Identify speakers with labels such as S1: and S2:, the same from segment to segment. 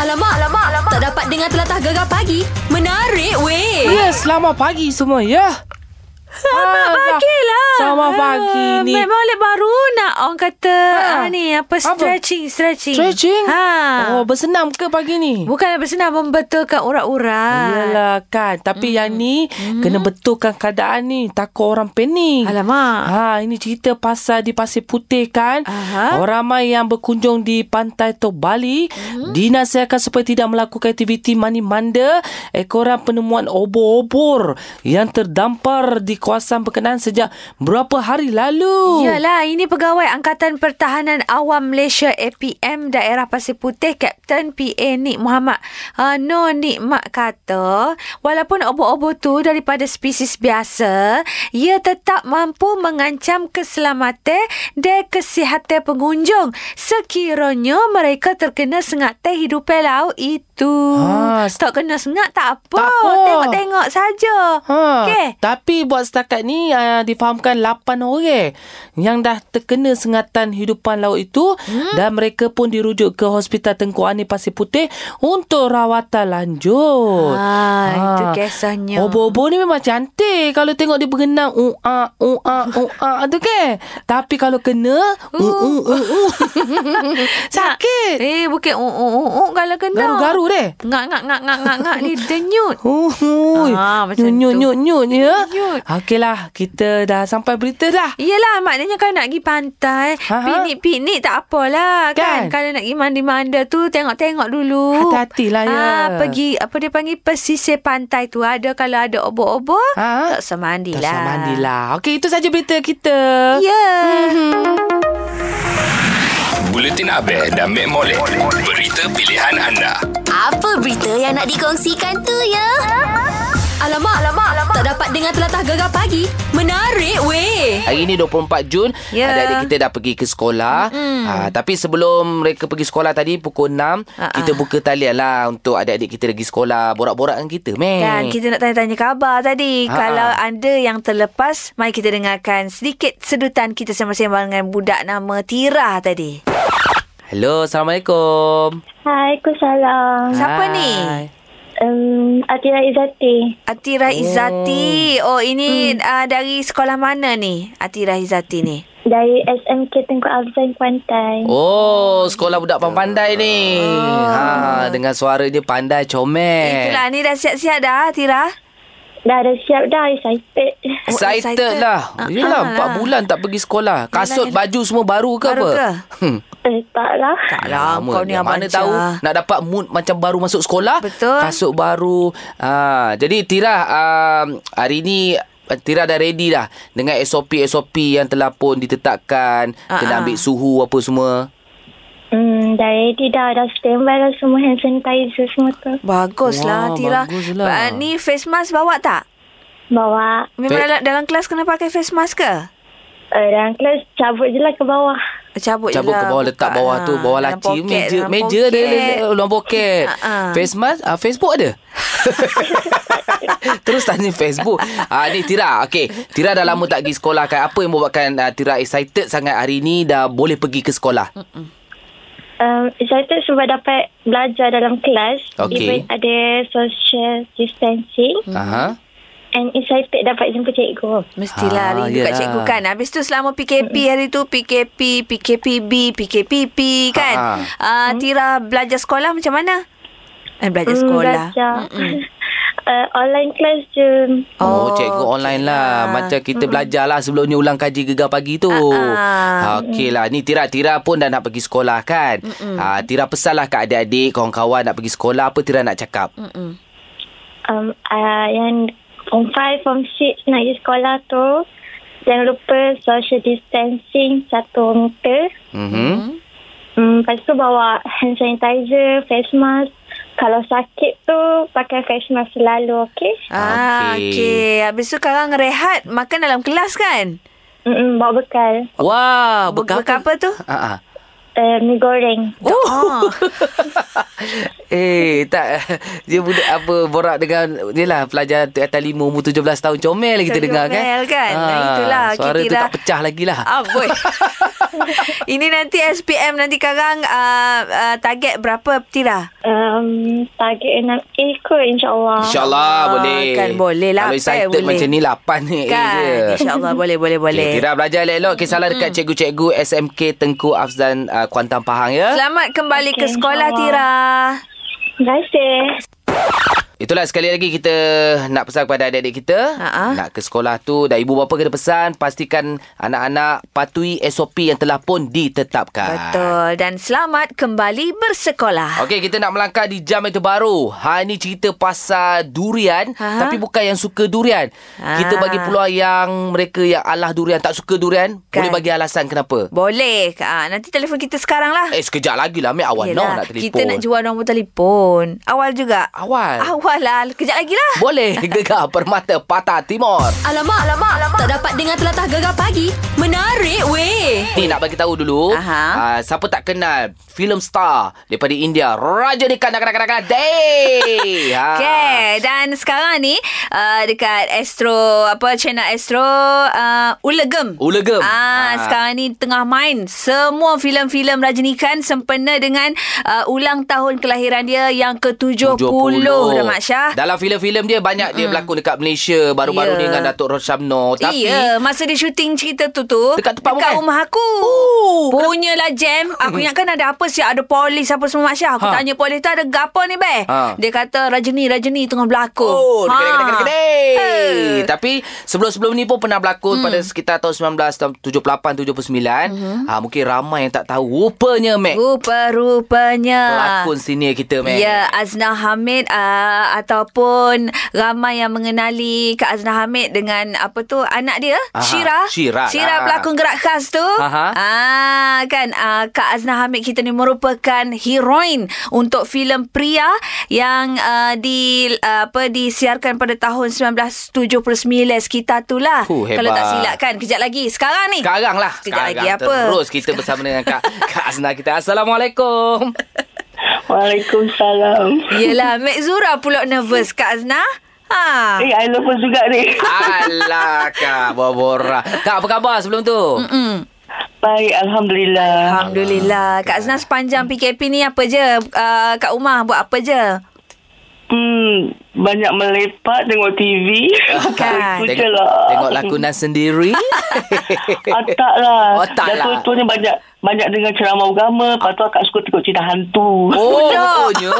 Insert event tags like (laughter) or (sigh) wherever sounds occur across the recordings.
S1: Alamak, alamak, alamak. Tak dapat dengar telatah gegar pagi. Menarik,
S2: Eh,
S1: weh.
S3: Ya, selamat pagi semua. Ya. Selamat
S2: Okey lah
S3: Ah, Selamat pagi
S2: Ah,
S3: ni.
S2: Memang oleh baru nak Orang kata
S3: Ah.
S2: ha. ni Apa stretching Stretching
S3: Stretching?
S2: ha.
S3: Oh, bersenam ke pagi ni?
S2: Bukan bersenam Membetulkan urat-urat
S3: Yelah kan Tapi yang
S2: Hmm.
S3: ni Kena betulkan keadaan ni Takut orang panik
S2: Alamak
S3: Ha, ini cerita pasal di Pasir Putih kan.
S2: Aha.
S3: Orang ramai yang berkunjung di pantai Tok Bali dinasihatkan supaya tidak melakukan aktiviti mani manda ekoran penemuan obor-obor yang terdampar di kawasan berkenaan sejak berapa hari lalu.
S2: Yalah, ini pegawai Angkatan Pertahanan Awam Malaysia APM Daerah Pasir Putih Kapten PA Nik Muhammad uh, No Nik Mak kata walaupun obor-obor tu daripada spesies biasa ia tetap mampu mengancam keselamatan dan kesihatan pengunjung sekiranya mereka terkena sengat teh hidupan laut itu.
S3: Ah,
S2: tak kena sengat tak apa.
S3: tak apa.
S2: Tengok-tengok saja.
S3: Ha,
S2: Okey.
S3: Tapi buat setakat ni uh, difahamkan 8 orang eh, yang dah terkena sengatan hidupan laut itu hmm? dan mereka pun dirujuk ke Hospital Tengku Ani Pasir Putih untuk rawatan lanjut.
S2: Ah, itu kisahnya.
S3: Obor-obor ni memang cantik kalau tengok dia berenang ua ua ua tu ke. Tapi kalau kena u u u u
S2: (laughs)
S3: sakit.
S2: Eh, bukan uh, uh, uh, uh, kalau kena.
S3: Garu-garu deh.
S2: Ngak, ngak, ngak, ngak, ngak, ngak.
S3: (laughs)
S2: Dia denyut.
S3: Hui.
S2: Ah,
S3: Ah,
S2: macam
S3: nyut,
S2: tu.
S3: nyut, nyut, ya.
S2: Nyut.
S3: Okeylah, kita dah sampai berita dah.
S2: Yelah, maknanya kalau nak pergi pantai,
S3: Ha, ha.
S2: piknik-piknik tak apalah kan?
S3: Kan?
S2: Kalau nak pergi mandi-manda tu, tengok-tengok dulu.
S3: Hati-hatilah, ya.
S2: Ah, pergi, apa dia panggil, pesisir pantai tu. Ada kalau ada obor-obor,
S3: Ha?
S2: tak usah mandilah.
S3: Tak usah mandilah. Okey, itu saja berita kita.
S2: Ya. Yeah.
S4: Mhm. Buletin ABE dan Mek Molek. Berita pilihan anda.
S1: Apa berita yang nak dikongsikan tu, ya? Alamak, alamak, alamak. Tak dapat dengar telatah gegar pagi. Menarik, weh.
S2: Eh.
S5: Hari ni 24 Jun
S2: Ya.
S5: yeah. Adik-adik kita dah pergi ke sekolah mm. Tapi sebelum mereka pergi sekolah tadi Pukul 6
S2: Ah,
S5: Kita
S2: ah.
S5: buka talian lah Untuk adik-adik kita pergi sekolah Borak-borak dengan kita meh.
S2: Dan kita nak tanya-tanya khabar
S5: Ha,
S2: tadi. Ha, Kalau
S5: ha.
S2: ada yang terlepas, mari kita dengarkan sedikit sedutan kita sembang-sembang dengan budak nama Tira tadi.
S5: Hello Assalamualaikum
S6: Hai, Waalaikumsalam.
S2: Siapa
S5: Hai.
S2: ni?
S6: Um, Atira Izzati.
S2: Atira Izzati. Oh, ini hmm. uh, dari sekolah mana ni? Atira Izzati ni.
S6: Dari SMK Tengku Afzan Kuantan.
S5: Oh sekolah budak pandai ni ha, Dengan suara dia pandai comel
S2: Oh. Itulah, ni dah siap-siap dah Atira.
S6: Dah dah siap dah, excited. (laughs)
S5: Excited,
S2: Oh, excited.
S5: lah
S2: Ah,
S5: Yelah
S2: ah,
S5: 4 bulan tak pergi sekolah Kasut
S2: yelah.
S5: baju semua baru ke
S2: Baru
S5: apa?
S2: ke?
S5: (laughs) Hmm.
S6: Eh, tak lah.
S2: Tak lah,
S5: Lama
S2: kau ni
S5: dia.
S2: abang
S5: Mana tahu
S2: Jah.
S5: nak dapat mood macam baru masuk sekolah.
S2: Betul.
S5: Kasut baru. Ha, jadi Tira um, hari ni uh, Tira dah ready dah dengan SOP-SOP yang telah pun ditetapkan.
S2: Ah, ah.
S5: Kena ambil suhu apa semua.
S6: Hmm, dah ready dah. Dah standby dah semua hand sanitizer semua tu.
S2: Baguslah
S5: Wah,
S2: Atira.
S5: baguslah.
S2: Ah, ni face mask bawa tak?
S6: Bawa.
S5: Fa-
S2: Memang dalam, dalam kelas kena pakai face mask ke?
S6: Uh, dalam kelas cabut je lah ke bawah.
S2: Cabut, je
S5: Cabut
S2: lah,
S5: ke bawah letak
S2: buka.
S5: bawah tu
S2: Ah,
S5: bawah
S2: dalam
S5: laci
S2: poket,
S5: meja
S2: dalam
S5: meja dia
S2: poket.
S5: dia luar poket.
S2: (laughs) Ah, ah.
S5: Face mask ah, Facebook ada. (laughs) Terus tanya Facebook. Ah ni Tira. Okey, Tira dah lama tak pergi sekolah kan. Apa yang membuatkan ah, Tira excited sangat hari ni dah boleh pergi ke sekolah?
S6: Um, excited sebab dapat belajar dalam kelas.
S5: Okey.
S6: Even ada social distancing.
S5: Aha. Uh-huh.
S6: And excited dapat jumpa cikgu.
S2: Mestilah
S5: Ah,
S2: rindu kat
S5: yelah.
S2: cikgu kan Habis tu selama PKP hari tu PKP, PKPB, PKPP
S5: Ah,
S2: kan uh, Tira belajar sekolah macam mana? Eh, belajar
S6: Hmm,
S2: sekolah
S6: Belajar. (laughs) Uh, online class je.
S5: Oh,
S2: Oh,
S5: cikgu online
S2: okey
S5: lah.
S2: lah.
S5: Macam kita belajar lah sebelum ni ulang kaji gegar pagi tu.
S2: Ah,
S5: Ha, Okey lah. Ni Tira-Tira pun dah nak pergi sekolah kan. Ha, Tira pesan lah kat adik-adik, kawan-kawan nak pergi sekolah. Apa Tira nak cakap?
S6: um, uh, yang form 5, form 6 nak pergi sekolah tu jangan lupa social distancing satu meter
S5: Mm-hmm.
S6: um, lepas tu bawa hand sanitizer face mask kalau sakit tu pakai face mask selalu okey
S2: Ah,
S5: Okey.
S2: okay. Habis tu sekarang rehat makan dalam kelas kan?
S6: um, bawa bekal
S5: Wah,
S2: Bekal
S5: bekal
S2: apa?
S5: apa?
S2: tu?
S5: Ah, ah.
S6: uh, mi goreng
S2: Oh.
S5: (laughs) Eh, tak. Dia budak apa, borak dengan, dia lah pelajar t- atas lima, umur 17 tahun. Comel lah kita
S2: Macam
S5: dengar kan.
S2: comel kan? Nah, itulah.
S5: Suara
S2: Okey,
S5: tu
S2: Tira.
S5: (laughs) tak pecah lagi lah.
S2: Ah, boy. Ah, Ini nanti SPM nanti karang uh, uh, target berapa Tira?
S6: Um, target 6A kot insyaAllah.
S5: InsyaAllah
S2: Ah,
S5: boleh.
S2: kan boleh lah,
S5: Kalau
S2: apa
S5: excited
S2: boleh.
S5: macam ni, lapan ni.
S2: Kan? InsyaAllah boleh boleh boleh.
S5: Okay, Eh, Tira belajar elok-elok Kisahlah dekat cikgu-cikgu SMK Tengku Afzan uh, Kuantan Pahang ya
S2: Selamat kembali
S6: Okey,
S2: ke sekolah Tira.
S6: insyaAllah.
S5: Ah.
S6: Terima kasih.
S5: Itulah sekali lagi kita nak pesan kepada adik-adik kita
S2: Ha-ha.
S5: Nak ke sekolah tu Dan ibu bapa kena pesan Pastikan anak-anak patuhi SOP yang telah pun ditetapkan
S2: Betul dan selamat kembali bersekolah.
S5: Okey, kita nak melangkah di jam itu baru. Ha ini cerita pasal durian
S2: Ha?
S5: tapi bukan yang suka durian.
S2: Ah.
S5: Kita bagi peluang yang mereka yang alah durian tak suka durian
S2: Kan.
S5: boleh bagi alasan kenapa.
S2: Boleh. Ah nanti telefon kita sekarang lah.
S5: Eh sekejap lagi lah Mek awal
S2: Yelah,
S5: nak telefon.
S2: Kita nak jual nombor telefon. Awal juga.
S5: awal.
S2: Awal lah. Kejap lagi lah.
S5: Boleh (laughs) gegar permata patah timur.
S1: Alamak, alamak, alamak. Tak dapat dengar telatah gegar pagi. Menarik weh.
S5: Ni nak bagi tahu dulu
S2: Aha.
S5: uh, siapa tak kenal film star daripada India Raja Dekan nak nak nak
S2: (laughs)
S5: day. ha.
S2: Okay, dan sekarang ni uh, dekat Astro apa channel Astro uh, Ulegem.
S5: Ulegem.
S2: Ah,
S5: Ah.
S2: sekarang ni tengah main semua filem-filem Rajinikan sempena dengan uh, ulang tahun kelahiran dia yang ke-70 Rahmat Syah. Mm.
S5: Dalam filem-filem dia banyak mm-hmm. dia berlakon dekat Malaysia baru-baru
S2: Ya.
S5: ni dengan Datuk Roshamno tapi
S2: Iya, masa dia syuting cerita tu tu
S5: Dekat tempat
S2: dekat
S5: bukan?
S2: rumah aku.
S5: Oh,
S2: Punyalah jam.
S5: (laughs)
S2: Aku ingatkan ada apa siap ada polis apa semua Mak Syah. Aku
S5: Ha.
S2: tanya polis tu ada gapa ni be?
S5: Ha.
S2: Dia kata Rajini Rajini tengah berlakon.
S5: Oh,
S2: Ha.
S5: kedai-kedai-kedai.
S2: Eh.
S5: Tapi sebelum-sebelum ni pun pernah
S2: Mm.
S5: berlakon pada sekitar tahun 1978 79.
S2: Mm-hmm.
S5: Ha mungkin ramai yang tak tahu rupanya Mac
S2: Rupa-rupanya.
S5: Eh. pelakon eh. senior kita Mac.
S2: Ya, Azna Hamid uh, ataupun ramai yang mengenali Kak Azna Hamid dengan apa tu anak dia,
S5: Aha,
S2: Syira.
S5: Syira lah.
S2: Syira pelakon gerak khas tu.
S5: Aha.
S2: Ah, kan uh, Kak Azna Hamid kita ni merupakan heroin untuk filem Pria yang uh, di uh, apa disiarkan pada tahun 1979 sekitar tu lah.
S5: Huh,
S2: Kalau tak
S5: hebat.
S2: silap kan. Kejap lagi. Sekarang ni.
S5: Sekarang lah
S2: Sekejap
S5: Sekarang
S2: lagi apa?
S5: Terus kita bersama dengan Kak, Kak Azna kita Assalamualaikum
S7: Waalaikumsalam.
S2: Yelah, Mek Zura pula nervous Kak Azna. Ha.
S7: Eh, I love juga ni.
S5: Ah. Alah Kak Bobora Kak apa khabar sebelum tu
S7: Hmm,
S5: Mm-mm.
S7: (laughs) Baik, Alhamdulillah.
S2: Ah. Alhamdulillah. Kak Azna sepanjang PKP ni apa je? Uh, kat rumah buat apa je?
S7: Hmm, banyak melepak tengok TV.
S2: Kan.
S7: Itu je
S5: Tengok,
S7: lah.
S5: tengok
S7: (laughs)
S5: lakonan
S2: (laughs)
S5: sendiri
S7: Ah, tak lah.
S5: Oh, tak
S7: Dah
S5: lah.
S7: tua-tuanya banyak banyak dengar ceramah agama. Lepas tu akak suka tengok cerita hantu.
S5: Oh, betulnya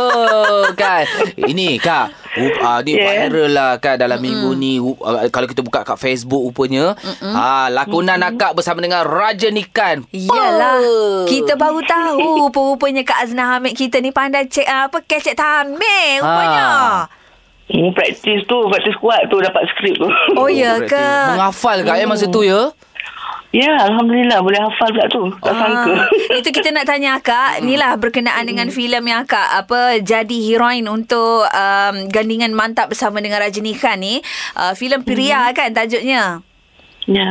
S5: kan. Ini kak, rup, uh, ni yeah.
S7: Yeah. Hmm.
S5: viral lah kak dalam minggu ni. Rup, uh, kalau kita buka kat Facebook rupanya, ah lakonan akak bersama dengan Raja Nikan. Oh.
S2: Iyalah. Kita baru tahu rupa-rupanya Kak Azna Hamid kita ni pandai cek uh, apa kecek tamik rupanya.
S7: Hmm, praktis tu, praktis kuat tu dapat skrip tu.
S2: Oh, ya
S5: Berarti
S2: ke?
S5: Menghafal kak ya masa tu ya.
S7: (laughs) Ya, Alhamdulillah. Boleh hafal pula tu. Tak sangka.
S2: Ah, (laughs) itu kita nak tanya akak Ni lah berkenaan dengan filem yang akak apa Jadi heroin untuk um, Gandingan mantap bersama dengan Rajini Khan ni uh, Filem Pria kan tajuknya
S7: (laughs) ya.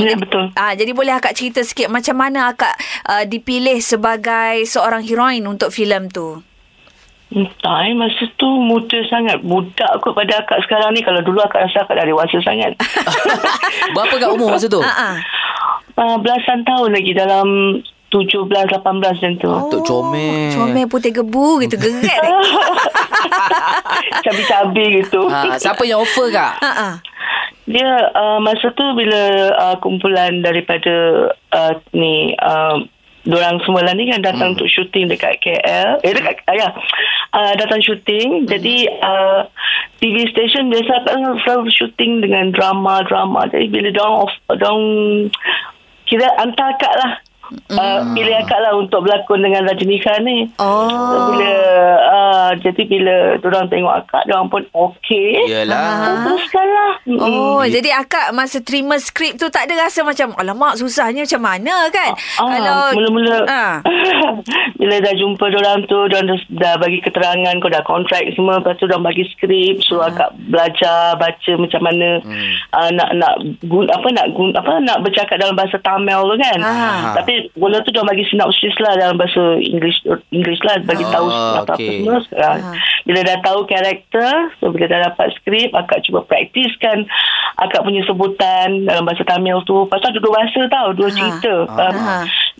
S7: ya, betul.
S2: Ah, jadi boleh akak cerita sikit macam mana akak uh, dipilih sebagai seorang heroin untuk filem tu?
S7: Entah eh, masa tu muda sangat. Budak kot pada akak sekarang ni. Kalau dulu akak rasa akak dah dewasa sangat.
S5: Berapa kak umur masa tu?
S2: Ha Mm. (laughs) ah.
S7: uh, belasan tahun lagi dalam 17, 18 macam tu. (laughs) Oh.
S5: Tok Comel.
S2: Comel putih gebu
S5: (laughs)
S2: gitu geret. eh.
S7: Cabi-cabi gitu.
S2: ah.
S5: Ha, siapa yang offer kak?
S2: Ha ah.
S7: Dia uh, masa tu bila uh, kumpulan daripada uh, ni uh, Diorang semua lah ni kan datang untuk syuting dekat KL. Eh dekat ah, ya. Uh, datang syuting. Jadi uh, TV station biasa kan selalu syuting dengan drama-drama. Jadi bila diorang off, diorang kira hantar akak lah. Uh, pilih akak lah untuk berlakon dengan Rajini Khan ni.
S2: Oh.
S7: So, bila uh, jadi bila orang tengok akak orang pun okey.
S5: Ya. Iyalah.
S7: Teruskan lah.
S2: Ah. Oh, jadi akak masa terima skrip tu tak ada rasa macam alamak susahnya macam mana kan?
S7: Ah, mula-mula
S2: Ah.
S7: (laughs) bila dah jumpa orang tu orang dah, dah bagi keterangan kau dah kontrak semua lepas tu orang bagi skrip suruh
S2: Hmm.
S7: akak belajar baca macam mana
S5: Hmm.
S7: ah, nak nak gun, apa nak gun, apa nak bercakap dalam bahasa Tamil tu kan
S2: Ah.
S7: tapi mula tu orang bagi sinopsis lah dalam bahasa English English lah bagi tahu
S5: Ah,
S7: apa-apa
S5: okey.
S7: semua Ha.
S2: Ah.
S7: Bila dah tahu karakter, so bila dah dapat skrip, akak cuba praktiskan akak punya sebutan dalam bahasa Tamil tu. Pasal ada dua bahasa tau, dua
S2: Ha.
S7: cerita.
S5: Ah.
S7: Um,
S2: Ha.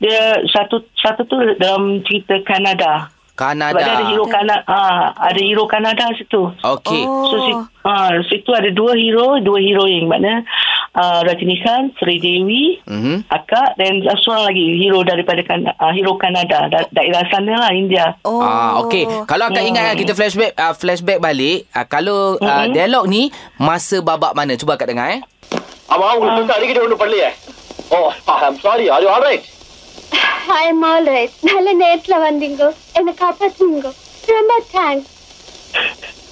S7: Dia satu satu tu dalam cerita Kanada.
S5: Kanada.
S7: Sebab dia ada hero Kanada, ha, ada hero Kanada situ.
S5: Okey.
S2: Oh.
S7: So, si, ha, situ ada dua hero, dua heroin. Maknanya uh, Rajini Khan, Sri Dewi,
S5: Mhm.
S7: Akak dan seorang lagi hero daripada kan, uh, hero Kanada, da- daerah sana lah India.
S2: Oh.
S5: Ah okey. Kalau akak
S7: Hmm.
S5: ingat kan, kita flashback uh, flashback balik, uh, kalau uh, dialog ni masa babak mana? Cuba akak dengar eh.
S8: अब आओ उल्टा अड़िकटे ஒண்ணு பண்ணலையே oh I am sorry are you alright
S9: I am all right நல்ல நேரத்துல வந்தீங்க என்னை காப்பாத்துங்க ரொம்ப (laughs) தேங்க்ஸ்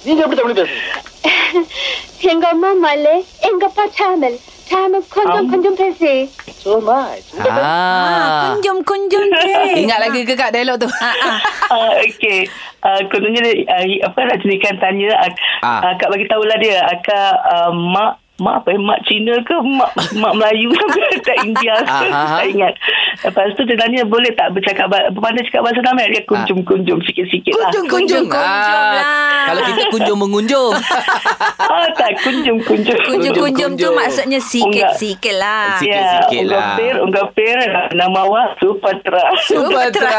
S8: நீங்க எப்படி தமிழ் பேசுறீங்க
S9: எங்க அம்மா மலை எங்க அப்பா சாமல் சாமல் கொஞ்சம் கொஞ்சம் பேசி
S8: so much
S5: Ah.
S2: Kunjung kunjung Ah, je.
S5: (laughs) Ingat lagi ke kak dialog tu? (laughs)
S7: Uh, okay. Uh, kononnya dia, uh, apa Rajini Khan tanya, uh,
S5: Ah.
S7: Akak bagi tahulah dia, Akak uh, mak Mak apa eh? Mak Cina ke? Mak mak Melayu (laughs) ke? tak India ke?
S5: Ah, ah, ah.
S7: tak ingat. Lepas tu dia tanya boleh tak bercakap, bah- pandai cakap bahasa Tamil? Dia kunjung-kunjung sikit-sikit lah.
S2: Kunjung, kunjung
S5: Ah,
S2: lah.
S5: Kalau kita kunjung
S2: (laughs)
S5: mengunjung.
S7: Ah, tak kunjung-kunjung.
S2: Kunjung-kunjung tu
S5: kunjung.
S2: maksudnya sikit-sikit lah.
S5: Sikit.
S7: Ya,
S5: sikit-sikit lah.
S7: unggah pir, unggah pir, nama awak Supatra.
S5: Supatra.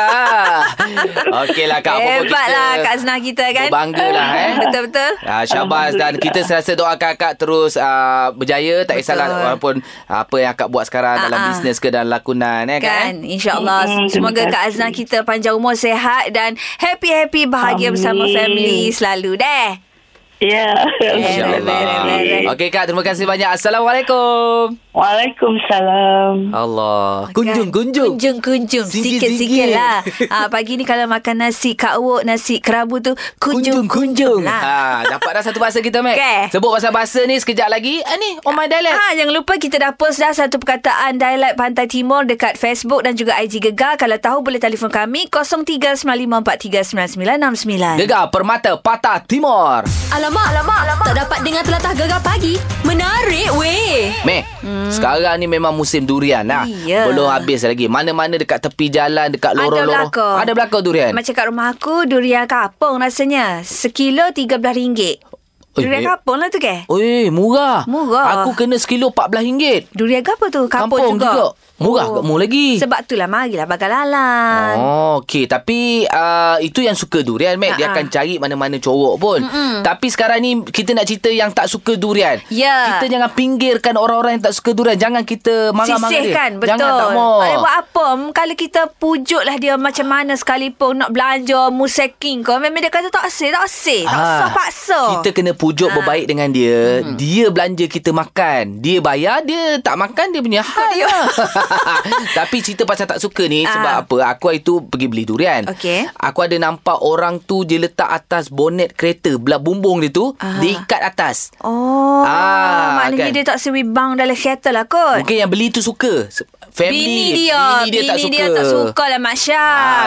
S5: Okeylah kak. apa-apa
S2: Hebat
S5: kita
S2: lah Kak Senah kita kan.
S5: Berbangga lah eh.
S2: (laughs) Betul-betul.
S5: Ah, syabas dan kita serasa doa kakak terus ah, berjaya tak
S2: Betul.
S5: kisahlah walaupun ah, apa yang akak buat sekarang dalam
S2: Ah, ah.
S5: bisnes ke dalam lakonan eh kak. eh?
S2: Kan InsyaAllah
S7: Mm, terima
S2: Semoga Kak
S7: kasih.
S2: Azna kita Panjang umur sehat Dan happy-happy
S7: Amin.
S2: Bahagia bersama family Selalu deh
S7: Ya.
S5: InsyaAllah.
S2: Alright.
S5: Okey Kak, terima kasih banyak. Assalamualaikum.
S7: Waalaikumsalam.
S5: Allah.
S2: Kan? Kunjung kunjung
S5: Singgit,
S2: Sikit-sikit
S5: singgit.
S2: lah ha, Pagi ni kalau makan nasi Kak Wok Nasi kerabu tu Kunjung kunjung lah
S5: Ha, dapat dah satu bahasa kita, Mac.
S2: Okey.
S5: Sebut pasal bahasa ni sekejap lagi. Ah, ni, on my dialect.
S2: Ah, jangan lupa kita dah post dah satu perkataan dialek Pantai Timur dekat Facebook dan juga IG Gegar. Kalau tahu boleh telefon kami 0395439969.
S5: Gegar Permata Patah Timur.
S1: Alamak, alamak, alamak. Tak dapat dengar telatah gegar pagi. Menarik weh.
S5: Meh, hmm. sekarang ni memang musim durian lah.
S2: Iya.
S5: Belum habis lagi. Mana-mana dekat tepi jalan, dekat lorong-lorong.
S2: belakang.
S5: Ada belakang durian.
S2: Macam kat rumah aku durian kapung rasanya. Sekilo RM13.
S5: Oi, eh.
S2: Durian kapung lah tu ke?
S5: Oi, murah.
S2: Murah.
S5: Aku kena sekilo RM14.
S2: Durian ke apa tu?
S5: Kampung
S2: Kapung,
S5: juga. Murah kot mu lagi.
S2: Sebab itulah marilah bakal lalan.
S5: Oh, okey. Tapi uh, itu yang suka durian, Mac. Dia
S2: Ha-ha.
S5: akan cari mana-mana corok pun. Mm-mm. Tapi sekarang ni kita nak cerita yang tak suka durian.
S2: Ya.
S5: Kita jangan pinggirkan orang-orang yang tak suka durian. Jangan kita marah-marah dia.
S2: Sisihkan betul.
S5: Jangan tak mau.
S2: Ada buat apa? M- Kalau kita pujuklah dia macam mana sekalipun nak belanja museking ke memang dia kata tak sih, tak sih. Eh, Tak Ah.
S5: Ah,
S2: sah paksa.
S5: Kita kena pujuk ha. berbaik dengan dia. Hmm. Dia belanja kita makan. Dia bayar, dia tak makan dia punya hak. Dia. (laughs) Tapi cerita pasal tak suka ni
S2: Ah.
S5: sebab apa? Aku hari tu pergi beli durian.
S2: Okey.
S5: Aku ada nampak orang tu dia letak atas bonet kereta belah bumbung dia tu,
S2: Ah.
S5: diikat atas.
S2: Oh,
S5: Ah,
S2: maknanya
S5: kan.
S2: dia tak sewi bang dalam kereta lah kot.
S5: Mungkin yang beli tu suka. Se- Family,
S2: bini dia,
S5: bini dia tak suka.
S2: dia tak suka lah Oh, Mak Syah.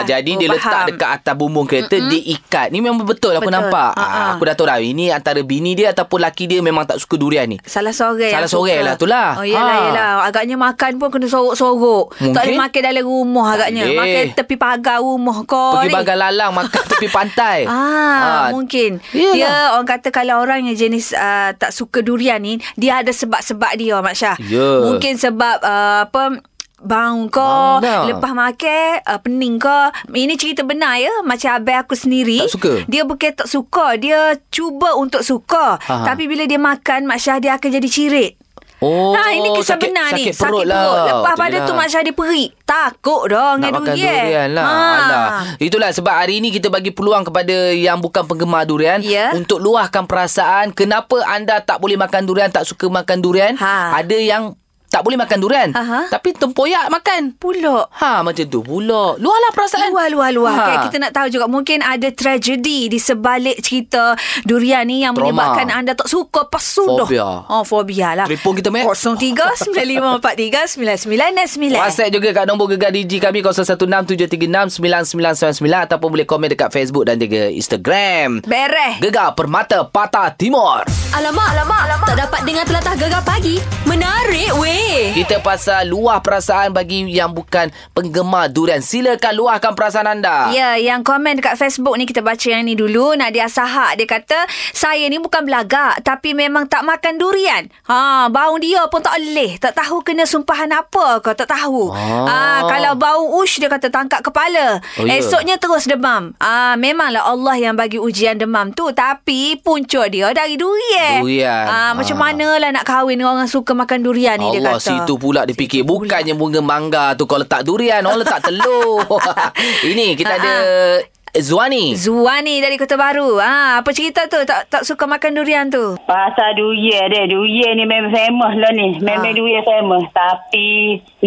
S5: Ah, jadi dia letak dekat atas bumbung kereta mm-hmm. dia ikat. Ni memang betul aku
S2: Betul.
S5: nampak.
S2: Ha, ha.
S5: Ah, aku dah tahu dah ini antara bini dia ataupun laki dia memang tak suka durian ni.
S2: Salah sorang
S5: Salah
S2: yang
S5: sorang
S2: suka.
S5: lah, itulah.
S2: Oh yelah
S5: Ha.
S2: ha. yelah Agaknya makan pun kena sorok-sorok Tak
S5: Mungkin.
S2: boleh makan dalam rumah agaknya
S5: boleh.
S2: Makan tepi pagar rumah kau
S5: Pergi
S2: ni.
S5: bagai lalang makan
S2: (laughs)
S5: tepi pantai.
S2: Ah, mungkin.
S5: Yelah.
S2: Dia orang kata kalau orang yang jenis uh, tak suka durian ni, dia ada sebab-sebab dia, Mak Syah.
S5: Ya.
S2: Mungkin sebab uh, apa Bang kau
S5: Bau dah.
S2: Lepas makan uh, Pening kau Ini cerita benar ya Macam abang aku sendiri
S5: Tak suka?
S2: Dia bukan tak suka Dia cuba untuk suka
S5: Aha.
S2: Tapi bila dia makan Mak Syah dia akan jadi cirit
S5: Oh,
S2: ha, ini kisah
S5: sakit,
S2: benar
S5: sakit
S2: ni.
S5: Perut
S2: sakit
S5: lah.
S2: perut. Lepas
S5: Betul
S2: pada tu
S5: lah.
S2: Mak Syah dia perik. Takut dah dengan
S5: nak makan
S2: durian.
S5: durian lah.
S2: Ha.
S5: Alah. Itulah sebab hari ini kita bagi peluang kepada yang bukan penggemar durian
S2: Ya.
S5: untuk luahkan perasaan kenapa anda tak boleh makan durian, tak suka makan durian.
S2: Ha.
S5: Ada yang tak boleh makan durian
S2: Aha.
S5: tapi tempoyak makan.
S2: Pulak.
S5: Ha macam tu pula. Luahlah perasaan.
S2: Luar, luar, luar.
S5: Ha.
S2: Ha. Kita nak tahu juga mungkin ada tragedi di sebalik cerita durian ni yang
S5: Trauma.
S2: menyebabkan anda tak suka pesudah.
S5: Fobia.
S2: Oh, fobia lah.
S5: Telefon kita, Mat.
S2: 03-9543-9969.
S5: WhatsApp juga kat nombor gegar DG kami 0167369999 ataupun boleh komen dekat Facebook dan juga Instagram.
S2: Bereh.
S5: Gegar Permata Patah Timur.
S1: Alamak, alamak, alamak. Tak dapat dengar telatah gegar pagi. Menarik weh. Okey.
S5: Kita pasal luah perasaan bagi yang bukan penggemar durian. Silakan luahkan perasaan anda.
S2: Ya, yang komen dekat Facebook ni kita baca yang ni dulu. Nadia Sahak dia kata, "Saya ni bukan belagak tapi memang tak makan durian. Ha, bau dia pun tak leh. Tak tahu kena sumpahan apa ke, tak tahu.
S5: Ah.
S2: Ah. Ha, kalau bau ush dia kata tangkap kepala.
S5: Oh,
S2: Oh,
S5: ya.
S2: Esoknya terus demam. Ah, ha, memanglah Allah yang bagi ujian demam tu tapi punca dia dari durian.
S5: Durian.
S2: Ah, ha,
S5: Ah.
S2: macam manalah nak kahwin dengan orang suka makan durian ni dia
S5: Allah
S2: kata.
S5: situ pula dia fikir Bukannya bunga mangga tu Kau letak durian Orang letak
S2: (laughs)
S5: telur Ini kita ada Zuani
S2: Zuani dari Kota Baru. Ah, ha, apa cerita tu? Tak tak suka makan durian tu.
S7: Pasal durian dia. Durian ni memang famous lah ni. Memang ha.
S2: Ah.
S7: durian famous. Tapi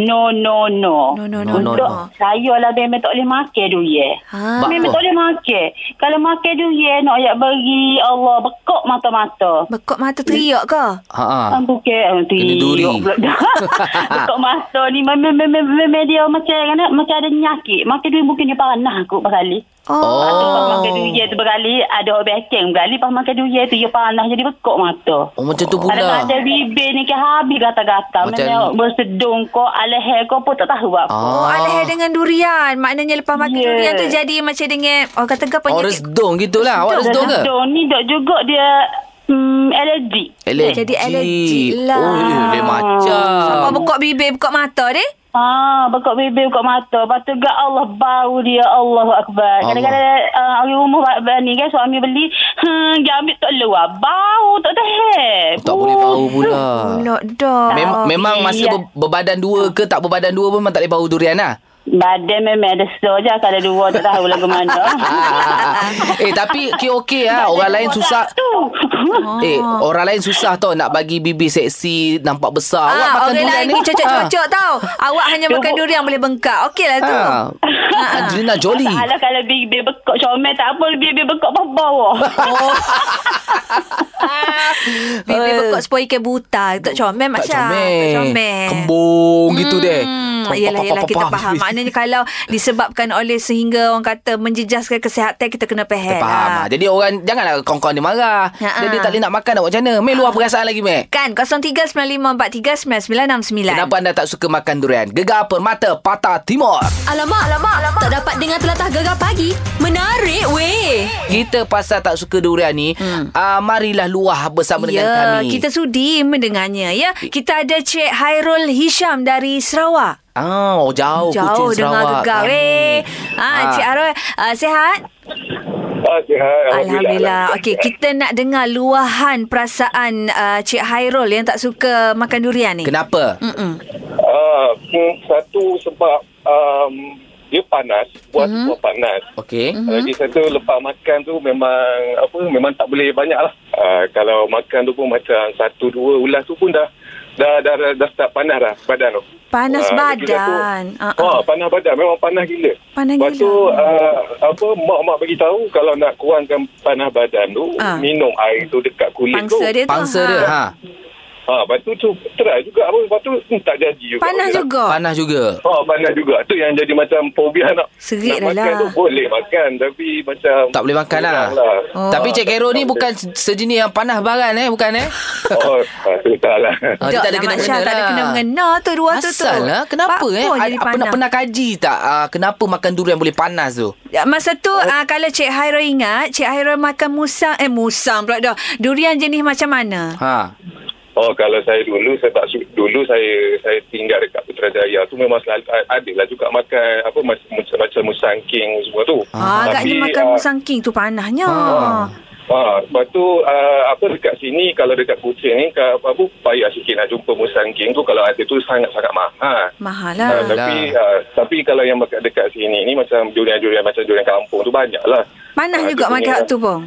S7: no, no, no.
S2: No, no, Ah.
S5: Oh. No,
S2: no,
S7: Untuk
S5: no, no.
S7: saya lah memang tak boleh makan durian.
S2: Ah.
S5: Bak-
S7: Memang tak boleh makan. Kalau makan durian nak ayat bagi Allah bekok mata-mata.
S2: Bekok mata teriak ke?
S5: Ha ah.
S2: Um,
S7: Ah, bukan tu.
S5: Kena duri.
S7: (laughs) Bekok mata ni memang memang memang dia macam mana macam ada nyakit. Makan durian mungkin dia paranah aku berkali.
S2: Oh.
S7: Lepas tu pas makan durian tu berkali ada orang backing berkali pas makan durian tu dia paranah jadi bekok mata.
S5: Oh macam tu pula
S7: Kadang-kadang bibir ni ke habis kata-kata.
S5: Macam- Ah,
S7: Macam bersedung kau, alehel kau pun tak tahu apa.
S2: Oh, alih dengan durian. Maknanya lepas makan
S7: Ya.
S2: durian tu jadi macam dengan orang kata ke
S5: Orang
S2: penyakit.
S5: sedung gitulah Awak
S7: Dan
S5: sedung ke?
S2: lah.
S7: Sedung ni dok juga dia mm, allergic.
S2: Jadi allergi lah.
S5: Oh ya, dia macam
S2: Sampai bekok bibir, bekok mata dia.
S7: Ah, bekok bibir, bekok mata. Lepas tu gak Allah bau dia. Allahu Akbar. Kadang-kadang uh, orang rumah ba- ba- ni kan suami beli. Hmm, dia ambil tak luar. Bau tak tahan.
S5: Oh, Tak boleh bau pula
S2: Pulak dah.
S5: Mem-
S7: Ah,
S5: Memang
S7: okey,
S5: masa
S7: ya.
S5: ber- berbadan dua ke Tak berbadan dua pun Memang tak boleh bau durian
S2: (laughs)
S5: lah
S7: Badan memang ada slow je. Kalau dua tak tahu lagu mana.
S5: Eh tapi okay, okay lah (laughs) Orang lain susah
S2: Oh.
S5: Eh, orang lain susah tau nak bagi bibir seksi, nampak besar. Awak
S2: Ah,
S5: makan
S2: orang
S5: durian
S2: lain
S5: ni.
S2: pergi cocok-cocok tau. Awak hanya makan durian boleh bengkak. Okey lah tu.
S5: Ah. Ah. Angelina Jolie.
S7: Masalah kalau bibir bekok comel tak apa. Bibir bekok pas bawah.
S2: Bibir
S5: Eh.
S2: bekok sepoi ikan buta. Tak comel
S5: Tak
S2: Masya. Tak
S5: comel.
S2: comel.
S5: Kembung gitu deh.
S2: Hmm, Yelah, yelah kita faham. Maknanya kalau disebabkan oleh sehingga orang kata menjejaskan kesihatan, kita kena
S5: Faham.
S2: pehel. lah.
S5: ah. Jadi orang janganlah kawan-kawan dia marah.
S2: Ha-ha.
S5: Jadi tak boleh nak makan nak buat macam mana? Meh luar perasaan lagi, Meh.
S2: Kan 0395439969.
S5: Kenapa anda tak suka makan durian? Gegar Permata Patah Timur.
S1: Alamak, alamak, alamak. Tak dapat dengar telatah gegar pagi. Menarik weh.
S5: Kita pasal tak suka durian ni, hmm. uh, marilah luah bersama
S2: ya,
S5: dengan kami.
S2: kita sudi mendengarnya ya. Kita ada Cik Hairul Hisham dari Sarawak.
S5: Oh, jauh,
S2: Jauh
S5: Kuching,
S2: dengar
S5: Sarawak.
S2: gegar weh.
S5: Ah.
S2: Ha, Cik Hairul uh, sihat?
S8: Ah, sihat.
S2: Alhamdulillah. Okey, kita nak dengar luahan perasaan uh, Cik Hairul yang tak suka makan durian ni. Hmm.
S5: Kenapa?
S2: Mm-mm.
S8: Ah, hmm, satu sebab um, dia panas, buat
S2: Mhm.
S8: mm-hmm. buat panas.
S5: Okey.
S2: Hmm.
S8: Mm-hmm. Lagi satu lepas makan tu memang apa memang tak boleh banyak lah. Ah, kalau makan tu pun macam satu dua ulas tu pun dah dah dah dah, dah start panas dah badan tu.
S2: Panas
S8: Ah, lagi satu,
S2: badan. Ah,
S8: Ha,
S2: ah.
S8: panas badan memang panas gila.
S2: Panas
S8: Lepas
S2: gila.
S8: tu uh, apa mak-mak bagi tahu kalau nak kurangkan panas badan tu
S2: Ah.
S8: minum air tu dekat kulit tu.
S2: Pangsa dia tu.
S5: Pangsa dia. Ha.
S8: Ha, lepas tu tu try juga apa lepas tu hmm, tak jadi juga. Okey lah.
S2: Panas juga.
S5: Panas juga.
S8: Ha, panas juga. Tu yang jadi macam fobia nak.
S2: Serik
S8: nak
S2: dah
S8: makan
S2: lah.
S8: tu boleh makan tapi macam
S5: Tak boleh makan lah.
S8: kurang lah.
S5: Oh. Tapi Cik Kero ni bukan sejenis yang panas baran eh, bukan eh?
S2: (laughs)
S8: Oh, ah, tu tak
S5: (laughs)
S8: lah.
S5: Ah, dia tak ada
S2: lah, Mak
S5: kena-mena
S2: Syah, Tak ada
S5: lah.
S2: kena mengena tu dua tu tu.
S5: Asal lah, kenapa
S2: Pak
S5: eh?
S2: pun
S5: Ada,
S2: jadi
S5: apa nak
S2: panas.
S5: pernah kaji tak uh, kenapa makan durian boleh panas tu?
S2: Ya, Masa tu oh. uh, kalau Cik Hairul ingat, Cik Hairul makan musang, eh musang pula dah. Durian jenis macam mana?
S5: Ha.
S8: Oh, kalau saya dulu saya tak su- dulu saya saya tinggal dekat Putrajaya tu memang selalu a- ada lah juga makan apa mas- macam macam musangking semua tu.
S2: Ah, agaknya
S8: Tapi,
S2: makan
S8: ah,
S2: musang king tu panahnya.
S5: Ah.
S8: Ha, lepas tu uh, apa dekat sini kalau dekat Kuching ni ka- apa payah sikit nak jumpa musangking tu kalau ada tu sangat-sangat mahal.
S2: Mahal
S8: Ha,
S2: lah.
S5: Ah,
S8: tapi
S5: Alah.
S8: uh, tapi kalau yang dekat, dekat sini ni macam durian-durian macam durian kampung tu banyak lah.
S2: Panas
S8: Ah,
S2: juga
S8: dia
S2: makan
S8: punya-
S2: tu pun.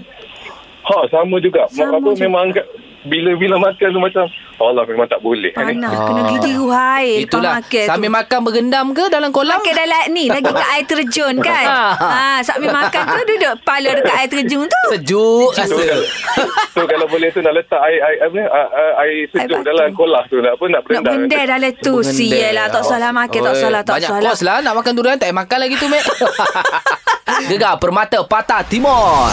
S8: Ha sama juga.
S2: Sama
S8: Sama apa
S2: juga.
S8: juga. memang angkat- bila-bila makan tu macam Allah memang tak boleh. ni.
S2: Panas.
S5: Ah.
S2: Kena gigi huai lepas
S5: Itulah.
S2: makan Eh, tu.
S5: Sambil makan bergendam ke dalam kolam?
S2: Makan dalam ni Lagi kat air
S5: (laughs)
S2: terjun kan
S5: Ha.
S2: ha, Sambil makan tu Duduk pala dekat air terjun tu
S5: Sejuk
S8: So,
S5: rasa.
S8: (laughs) kalau, so kalau boleh tu nak letak air air apa ah, ah, air sejuk
S2: batu.
S8: dalam kolah tu nak apa nak
S2: Nak
S8: berendam.
S2: bendel dalam tu
S5: Bergendam.
S2: Sialah tak salah makan Tak
S5: Oh, Oi,
S2: salah tak
S5: Banyak
S2: salah
S5: kos lah nak makan durian tak payah makan lagi tu,
S2: (laughs)
S5: Mek. Gegar Permata Patah Timur.